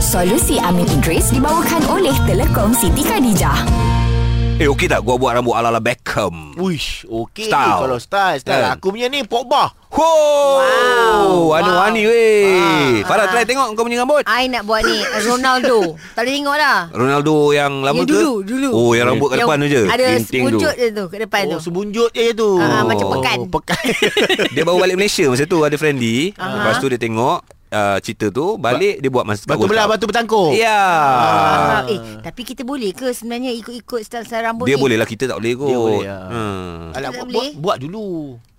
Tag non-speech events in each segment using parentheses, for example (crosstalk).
Solusi Amin Idris dibawakan oleh Telekom Siti Khadijah. Eh okey tak gua buat rambut ala-ala Beckham Wish, okey Style. kalau style, style. Kan? Aku punya ni Pogba. Wow, Wani-wani weh Ah. Farah try tengok kau punya rambut I nak buat ni Ronaldo Tak boleh tengok dah Ronaldo yang lama Yang ke? dulu, dulu. Oh yang rambut kat Yang depan tu je Ada Ginting tu. sepuncut je tu Ke depan Oh, tu sebunjut je tu. Oh, Ah, macam pekan. (laughs) pekan. Dia baru balik Malaysia masa tu Ada friendly Aha. Lepas tu dia tengok uh, Cerita tu Balik dia buat masa batu belah, batu petangkuk. Ya Ah, eh, tapi kita boleh ke sebenarnya ikut-ikut style-style rambut Dia ni? boleh lah Kita tak boleh kot Dia boleh, ya. hmm. Alah, buat, Tak buat, boleh. buat dulu.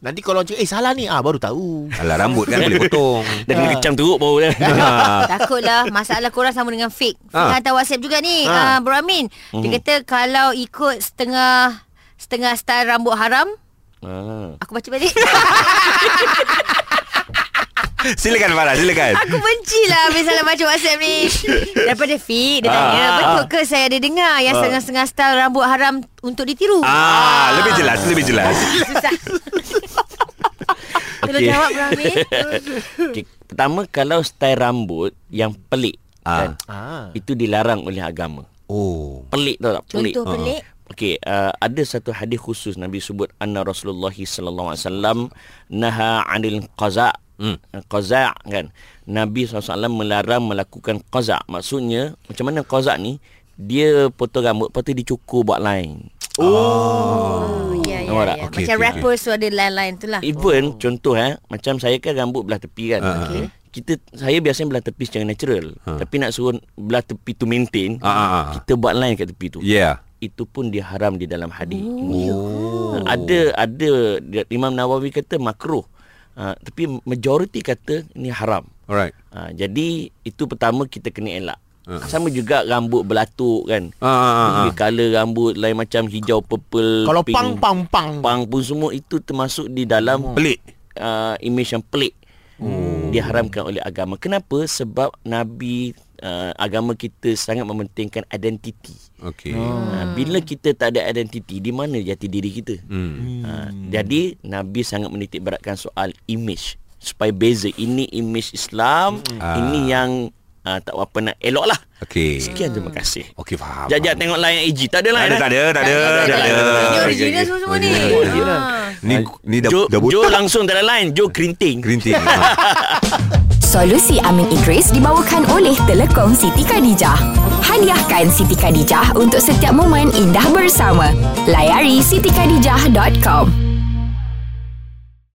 Nanti kalau cakap, eh salah ni, ah baru (laughs) tahu. Alah rambut kan boleh potong Dah kena kecam teruk (laughs) baru dah. ha. Ah. Takutlah masalah korang sama dengan fake. Fake Ah. Mhm. hantar WhatsApp juga ni. Ah. Ah. Bro Amin. Dia kata kalau ikut setengah setengah style rambut haram, Ah. aku baca balik. (laughs) Silakan Farah silakan aku bencilah habis salah baca WhatsApp ni. Daripada Fik dia Ah. tanya, betul ke saya ada dengar yang setengah-setengah style rambut haram untuk ditiru? Ah, lebih jelas, lebih jelas. Susah. Tolong Okey. jawab Bro Amin. Okay. Pertama kalau style rambut yang pelik Ah. ah. kan Ah. itu dilarang oleh agama. Oh. Pelik tau tak? Pelik. Contoh pelik. Okey, uh, ada satu hadis khusus Nabi sebut anna Rasulullah sallallahu alaihi wasallam naha 'anil qaza. Hmm. Hmm. Qaza kan. Nabi SAW melarang melakukan qaza. Maksudnya macam mana qaza ni? Dia potong rambut lepas tu dicukur buat line. Oh, ya, ya, Nampak tak? ya. Okey, Macam okey, rapper so ada line-line tu lah. Even oh. contoh eh macam saya kan rambut belah tepi kan. Ah, Uh, okay. Kita saya biasanya belah tepi secara natural. Uh. Tapi nak suruh belah tepi tu maintain, Ah, ah, ah. kita buat line kat tepi tu. Yeah. Itu pun diharam di dalam hadis. Oh. Ada ada dia- Imam Nawawi kata makruh. Uh, tapi majoriti kata ini haram. Alright. Uh, jadi itu pertama kita kena elak. Uh. Sama juga rambut belatuk kan. Ah, ah, ah, ah. Dia colour rambut lain macam hijau purple Kalau pink, pang, pang, pang. pang pun semua itu termasuk di dalam Pelik. uh, imej yang pelik hmm. diharamkan oleh agama. Kenapa? Sebab Nabi uh, agama kita sangat mementingkan identiti. Okay. Hmm. Uh, bila kita tak ada identiti, di mana jati diri kita? Hmm. Uh, jadi Nabi sangat menitik beratkan soal imej supaya beza ini imej Islam, Ah. ini yang uh, tak apa nak elok lah. Okay. Sekian terima kasih. Okay, faham. Jajak tengok lain AG. Tak ada Tak lain. ada, eh? tak ada, lah kan. tak ada, tak ada. Ini Okay, original okay. semua-semua ni. Original. Ah. Ni ni dah Jo, dah buat Jo langsung tak ada lain. Jo kerinting. kerinting. (laughs) Ah. Solusi Amin Idris dibawakan oleh Telekom Siti Khadijah. Hadiahkan Siti Khadijah untuk setiap momen indah bersama. Layari sitikhadijah.com.